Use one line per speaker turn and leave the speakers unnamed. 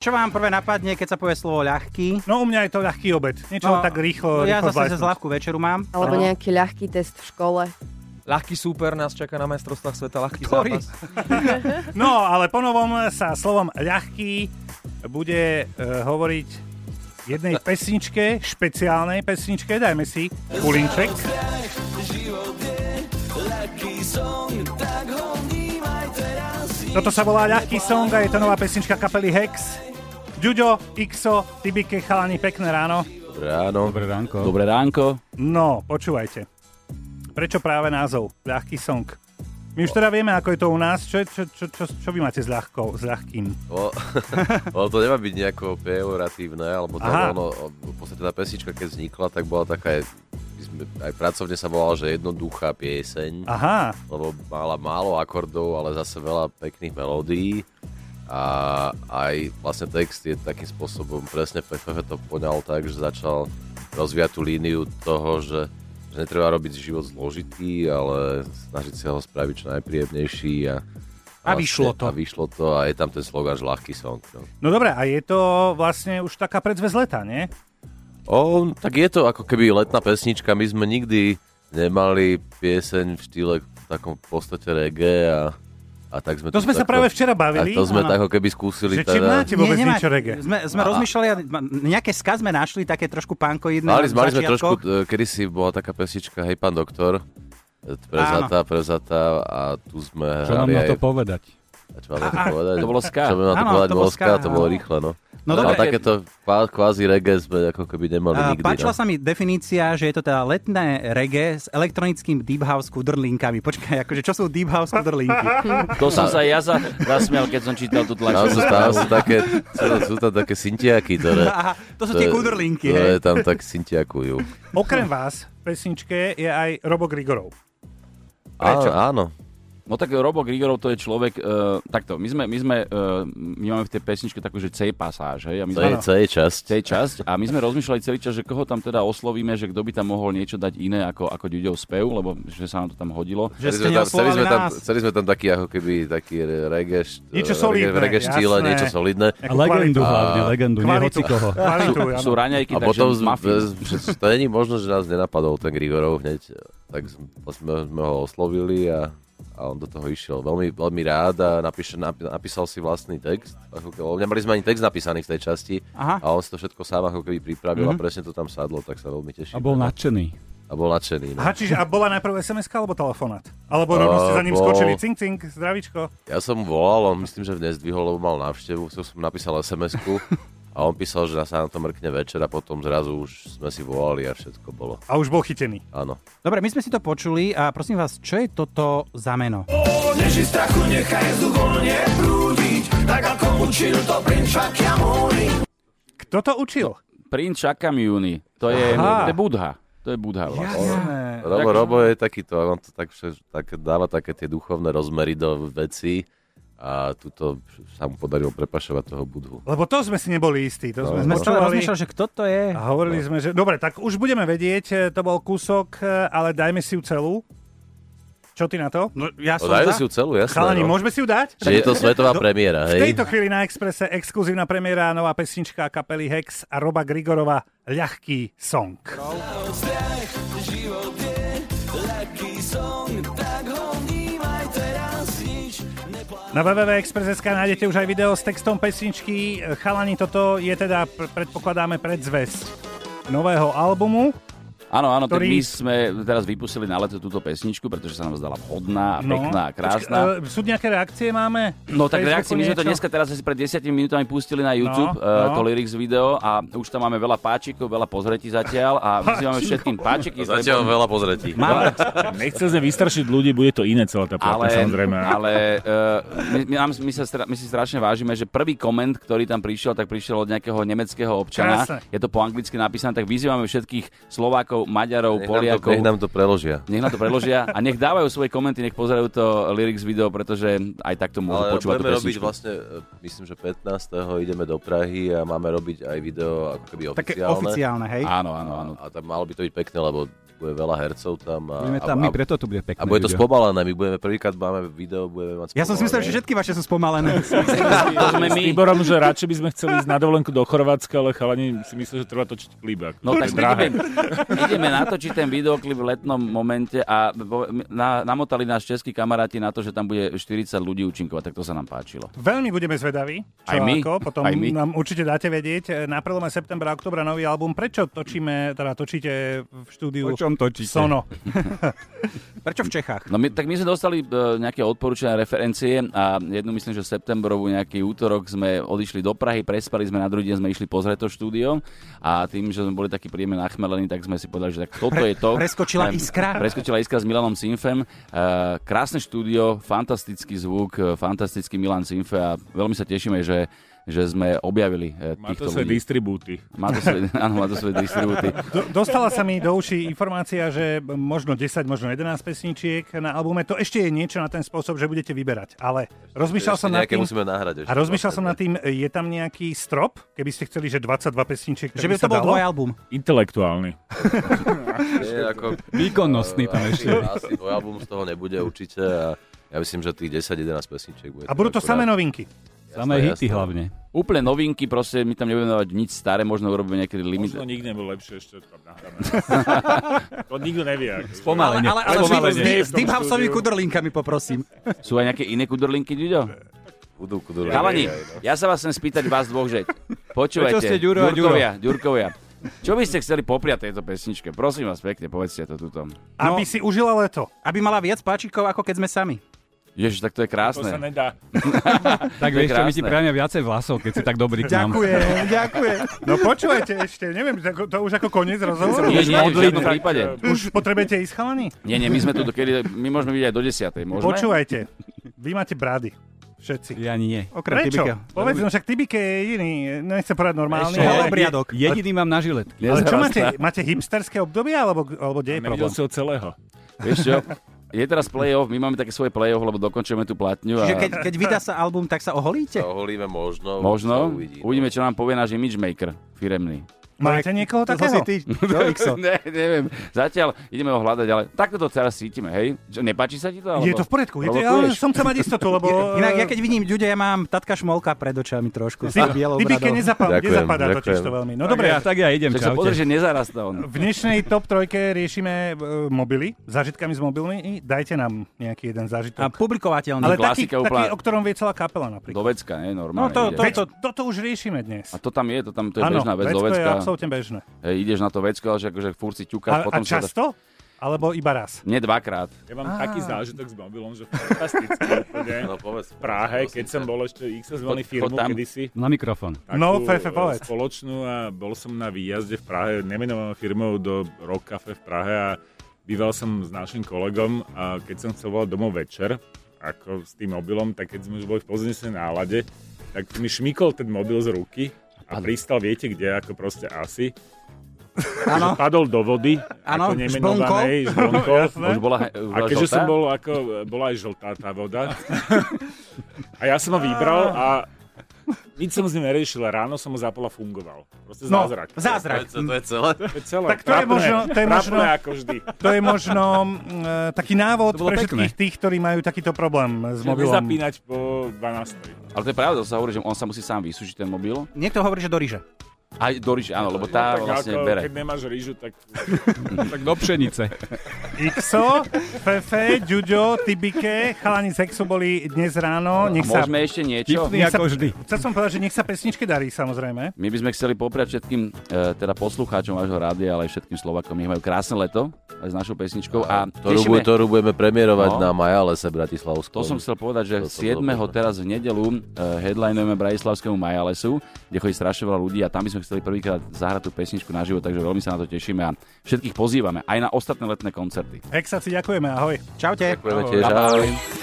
Čo vám prvé napadne, keď sa povie slovo ľahký?
No u mňa je to ľahký obed. Niečo
No,
no, tak rýchlo,
ja zase
rýchlo zvládnuť.
cez ľahkú večeru mám.
Alebo nejaký ľahký test v škole.
Ľahký súper nás čaká na majstrovstvách sveta, ľahký
Ktorý?
zápas.
No, ale ponovom sa slovom ľahký bude e, hovoriť jednej pesničke, špeciálnej pesničke, dajme si kulinček. Toto sa volá ľahký song a je to nová pesnička kapely Hex. Ďuďo, Xo, Tibike, chalani, pekné ráno.
Dobré ráno.
Dobré ránko.
Dobré ránko.
No, počúvajte. Prečo práve názov? Ľahký song. My už teda vieme, ako je to u nás. Čo, čo, čo, čo, čo vy máte s, ľahkou, s ľahkým?
O, ono to nemá byť nejako pejoratívne, alebo tam
Aha.
ono, o, v podstate tá pesnička, keď vznikla, tak bola taká, my sme, aj pracovne sa volala, že jednoduchá pieseň,
Aha,
lebo mala málo akordov, ale zase veľa pekných melódií a aj vlastne text je takým spôsobom, presne Fefe to poňal tak, že začal rozvíjať tú líniu toho, že, že netreba robiť život zložitý, ale snažiť sa ho spraviť čo najpríjemnejší a vlastne
A vyšlo to.
A vyšlo to a je tam ten slogan, že ľahký song. No.
no dobré, a je to vlastne už taká predzvez leta, nie?
O, tak je to ako keby letná pesnička. My sme nikdy nemali pieseň v štýle v takom v podstate reggae a, a tak sme...
To sme sa
tako-
práve včera bavili,
A to
áno.
sme tak ako keby skúsili teda-
že či máte vôbec
nemá-
niečo reggae.
Sme, sme
A-
rozmýšľali, a ma- nejaké skaz sme našli, také trošku pankoidné.
Mali,
na
mali sme trošku,
začiatkoch.
e, kedysi bola taká pesnička Hej pán doktor, e, prevzatá, prevzatá a tu sme
Čo mám
hrali
na to
aj-
povedať?
a čo mám na to povedať?
To bolo ska.
Čo mám na to
Áno,
povedať?
to bolo
Bolo
ska,
ska, to bolo
áno.
rýchle, no.
No
ale
dobre,
takéto kvá- kvázi reggae sme ako keby nemali
A
nikdy.
Páčila
no.
sa mi definícia, že je to teda letné reggae s elektronickým deep house kudrlinkami. Počkaj, akože čo sú deep house kudrlinky?
To som sa ja za, zasmial, keď som čítal tú
Tam sú,
tlačovú
tam sú, také, sú, sú tam také syntiaky, ktoré...
Aha, to sú tie
ktoré-
kudrlinky,
Ktoré
hej.
tam tak syntiakujú.
Okrem vás v pesničke je aj Robo Grigorov.
Áno,
Prečo?
áno.
No tak Robo Grigorov to je človek, uh, takto, my sme, my sme, uh, my máme v tej pesničke takú, že C pasáž, hej, a my
To
sme
je, to je časť.
tej časť a my sme rozmýšľali celý čas, že koho tam teda oslovíme, že kto by tam mohol niečo dať iné ako, ako Ďuďov spev, lebo že sa nám to tam hodilo.
Že ste
Chceli tam, chceli,
neoslovali
sme tam,
nás.
chceli sme tam taký ako keby taký re- reggae, št-
Niečo
reggae-
solidné,
reggae štýle,
jasné.
niečo solidné.
A legendu hlavne, legendu, nie
kvalitu.
hoci koho.
Kvalitu,
Sú,
áno.
sú raňajky,
A
takže
potom, sme-
mafia.
z- že- to není možno, že nás nenapadol ten Grigorov hneď, tak sme, sme, sme ho oslovili a, a on do toho išiel veľmi, veľmi rád a napíše, napi- napísal si vlastný text. Ako, ke- nemali sme ani text napísaný v tej časti
Aha.
a on si to všetko sám ako keby pripravil mm-hmm. a presne to tam sadlo, tak sa veľmi teším.
A bol nadšený.
a bol nadšený. No.
Aha, čiže a bola najprv sms alebo telefonát? Alebo rovno ste za ním
bol-
skočili, cink, cink, zdravičko.
Ja som mu volal, on myslím, že nezdvihol, lebo mal návštevu, som som napísal SMS-ku a on písal, že sa na to mrkne večer a potom zrazu už sme si volali a všetko bolo.
A už bol chytený.
Áno.
Dobre, my sme si to počuli a prosím vás, čo je toto za meno?
Neži strachu nechaj vzduch voľne prúdiť, tak ako učil to princ Shakyamuni.
Kto to učil?
Prince Shakyamuni, to je,
Aha.
to je Budha. To je Budha vlastne.
Jasné.
Robo,
Takže-
Robo je takýto, on to tak, vše- tak dáva také tie duchovné rozmery do veci a tuto sa mu podarilo prepašovať toho budhu.
Lebo to sme si neboli istí, to sme
Sme
No.
stále
počúvali.
rozmýšľali, že kto to je.
A hovorili sme, že... Dobre, tak už budeme vedieť, e, to bol kúsok, e, ale dajme si ju celú. Čo ty na to?
No, ja
No,
som
dajme
za...
si ju celú, jasné.
Chalani,
no.
môžeme si ju dať?
Čiže je to svetová premiéra,
No, V
hej?
tejto chvíli na Exprese exkluzívna premiéra nová pesnička kapely Hex a Roba Grigorova ľahký song. Na www.express.sk nájdete už aj video s textom pesničky. Chalani, toto je teda, pr- predpokladáme, predzvesť nového albumu.
Áno, áno, tak
ktorý-
my sme teraz vypustili na leto túto pesničku, pretože sa nám zdala vhodná, a
No.
pekná a krásna.
Počka- e, sú nejaké reakcie máme?
No tak
Facebooku
reakcie, my sme to
niečo?
dneska teraz asi pred 10 minútami pustili na YouTube,
No,
no,
no.
no. to lyrics video a už tam máme veľa páčikov, veľa pozretí zatiaľ a vyzývame všetkým páčiky.
Zatiaľ veľa pozretí.
Máme,
No, Nechcel sme vystrašiť ľudí, bude to iné celá tá
ale,
plata, samozrejme.
ale uh, my, my, nám- my, sa, stra- my si strašne vážime, že prvý koment, ktorý tam prišiel, tak prišiel od nejakého nemeckého občana.
Krásne.
Je to po anglicky napísané, tak vyzývame všetkých Slovákov Maďarov, Maďarov,
Nech nám, to,
Poliakov.
nech nám to preložia.
Nech nám to preložia a nech dávajú svoje komenty, nech pozerajú to lyrics video, pretože aj takto môžu
Ale
počúvať tú
budeme robiť
pesničku.
vlastne, e, myslím, že 15. ideme do Prahy a máme robiť aj video ako keby
Také
oficiálne.
oficiálne, hej?
Áno, áno, áno.
A, a tam malo by to byť pekné, lebo bude veľa hercov tam. A,
Budeme
a,
tam my,
a,
preto to bude pekné.
a bude to
video.
spomalené, my budeme prvýkrát máme video, budeme mať
Ja som si myslel,
spomalené.
že všetky vaše sú spomalené.
To sme
S
my.
Tiborom, že radšej by sme chceli ísť na dovolenku do Chorvátska, ale chalani si myslí, že treba točiť klip. ako.
No
To
tak
je drahé.
ideme, ideme natočiť ten videoklip v letnom momente a bo- na, namotali nás českí kamaráti na to, že tam bude 40 ľudí účinkovať, tak to sa nám páčilo.
Veľmi budeme zvedaví, čo
Aj my,
ako, potom
aj my.
nám určite dáte vedieť. E, Na prelome septembra a oktobra nový album. Prečo točíme, teda točíte v štúdiu
O čom točíte?
Sono?
Prečo v Čechách?
No my, tak my sme dostali e, nejaké odporúčané referencie a jednu myslím, že v septembrovú nejaký útorok sme odišli do Prahy, prespali sme, na druhý deň sme išli pozrieť to štúdio a tým, že sme boli takí príjemne nachmelení, tak sme si povedali, že tak toto je to.
Preskočila
Ehm,
iskra?
Preskočila iskra s Milanom Simfem. E, krásne štúdio, fantastický zvuk, e, fantastický Milan Simfe a veľmi sa tešíme, že že sme objavili e,
Má
týchto
to svoje
ľudí.
distribúty.
Má to svoje, áno, má to svoje distribúty.
Do, dostala sa mi do uší informácia, že možno 10, možno 11 pesničiek na albume. To ešte je niečo na ten spôsob, že budete vyberať. Ale rozmýšľal
Ešte
som nad
nejaké
tým...
musíme nahrať. Ešte
A rozmýšľal som
vlastne.
nad tým, je tam nejaký strop, keby ste chceli, že 22 pesničiek,
Že by to bol dvojalbum.
Intelektuálny.
Nie, ako,
Výkonnostný tam
asi,
ešte.
asi dvoj album z toho nebude určite a ja myslím, že tých 10-11 pesničiek bude. teda
A budú to
No,
akurát.
samé novinky.
Jasné,
Samé hity
jasné.
hlavne.
Úplne novinky, proste my tam nebudeme dávať nič staré, možno urobíme nejaký limit.
Možno nikdy nebol lepšie ešte tam nahrané. to nikto nevie. ako.
Ale, ale, ale s-
Spomalenie.
s, deep- s
V tom
Deep Houseovými
štúdiu.
kudrlinkami poprosím.
Sú aj nejaké iné kudrlinky, Ďuďo?
Budú kudurné. aj,
Chalani,
no.
ja sa vás chcem spýtať vás dvoch, že počúvajte.
Prečo ste Ďuro a Ďuro?
Ďurkovia, Ďurkovia. Čo by ste chceli popriať tejto pesničke? Prosím vás pekne, povedzte to tuto.
no.
Aby si užila leto.
Aby mala viac páčikov, ako keď sme sami.
Ježiš, tak to je
To sa
krásne.
nedá.
Tak
To je
vieš čo, my ti
krásne.
priame viacej vlasov, keď si tak dobrý k nám.
Ďakujem, ďakujem. No počúvajte ešte, neviem, to, to už ako koniec rozhovoru.
Nie, nie, v žiadnom
tak,
prípade.
Už potrebujete ísť, chalani?
Nie, nie, my sme tu, dokedy, my môžeme byť aj do desiatej, môžeme?
Počúvajte, vy máte brady. Všetci.
Ja nie.
Okrem
Prečo?
Tibika.
Povedz, no však Tibike je jediný, nechcem povedať normálny.
Ešte
Ale,
holobriadok.
Jediný mám na žilet.
ale čo
Nezrastá.
máte? Máte hipsterské obdobie, alebo, alebo kde je
Nevidel
problém?
si ho celého.
Vieš čo? Je teraz play-off, my máme také svoje play-off, lebo dokončujeme tú platňu. A...
Čiže keď, keď vydá sa album, tak sa oholíte?
Sa Oholíme možno. sa
Možno.
Uvidí.
Uvidíme, čo nám povie náš imagemaker firemný.
Máte niekoho
To si
takého?
ty, čo, Ixo?
ne, neviem. Zatiaľ ideme ho hľadať, ale takto to teraz cítime, hej? Čo, nepáči sa ti to? Alebo...
Je to v poriadku, je to, ja
provokuješ?
som chcel mať istotu, lebo... eh,
Inak ja keď vidím ľudia, ja mám tatka šmolka pred očami trošku. S
Ty-
bielou
Tibike
bradou.
nezapá-
Ďakujem,
nezapadá
ďakujem.
totiž to veľmi. No
Dobre,
dobre,
ja, tak ja idem,
Tak sa pozri,
čaute.
že nezarastá on.
V dnešnej top trojke riešime e, mobily, zážitkami s mobilmi. Dajte nám nejaký jeden zážitok.
A publikovateľný.
Ale
Ale...
taký,
No, klasika úplná.
taký, o ktorom vie celá kapela napríklad.
Do vecka, nie?
No
Normálne.
to,
ide.
to,
Veď
to,
toto už riešime dnes.
A to tam je, to tam to je bežná vec do
vecko je
vecka.
absolútne bežné.
Hej, ideš na to vecko, ale že akože furt si ťukáš,
A, a
potom sa...
často? Alebo iba raz?
Nie dvakrát.
Ja mám taký zážitok s mobilom, že fantastický úplne.
No povedz.
V Prahe, keď som bol ešte x zvolený
Chod- chod
firmu
tam.
kedysi.
Na mikrofón.
No,
takú,
Fefe,
e,
povedz.
Spoločnú a bol som na výjazde v Prahe, nemenovanou firmou do Rock Cafe v Prahe a býval som s našim kolegom a keď som chcel volať domov večer, ako s tým mobilom, tak keď sme už boli v poznesenej nálade, tak mi šmykol ten mobil z ruky a pristal, viete kde, ako proste asi.
áno.
Padol do vody,
Áno,
ako nemenovanej, žblnkou.
Už bola, he- už
A
bola
keďže
žltá?
som bol ako, bola aj žltá tá voda. A ja som ho
Ah.
vybral a nič som s ním neriešil. Ráno som ho zapol a fungoval. Proste
No,
zázrak.
Zázrak.
To, to je celé.
To je celé.
Tak to je možno- to je možno-
trápne ako vždy.
To je možno mm, e, taký návod
To bolo
pre všetkých tých, ktorí majú takýto problém s
Že
mobilom.
Nezapínať po 12.
Ale to je pravda, to sa hovorí, že on sa musí sám vysúšiť ten mobil.
Niekto hovorí, že do ríže.
Aj do ríže, áno, lebo
No,
tá
tak
vlastne
ako,
bere.
keď nemáš rýžu, tak
Tak do pšenice.
Xo, Fefe, Ďuďo, Tibike, chalani z Exu boli dnes ráno. Nech sa,
Môžeme ešte niečo?
Tipný
sa-
ako vždy.
chcel som povedať, že nech sa pesničke darí samozrejme.
My by sme chceli popriať všetkým e, teda poslucháčom vášho rádia, ale aj všetkým Slovakom. Nech majú krásne leto aj s našou pesničkou a
Ktorú, bu-
tešíme,
ktorú budeme premiérovať na
No.
Maja Lese Bratislavskom.
to som chcel povedať, že
To som
7.
zabudol.
teraz v nedelu e, headlinujeme Bratislavskému Majalesu, kde chodí strašne veľa ľudí a tam by sme chceli prvýkrát zahrať tú pesničku na život, takže veľmi sa na to tešíme a všetkých pozývame aj na ostatné letné koncerty.
Exa si ďakujeme, ahoj.
Čaute.
Ďakujeme tiež. Ahoj.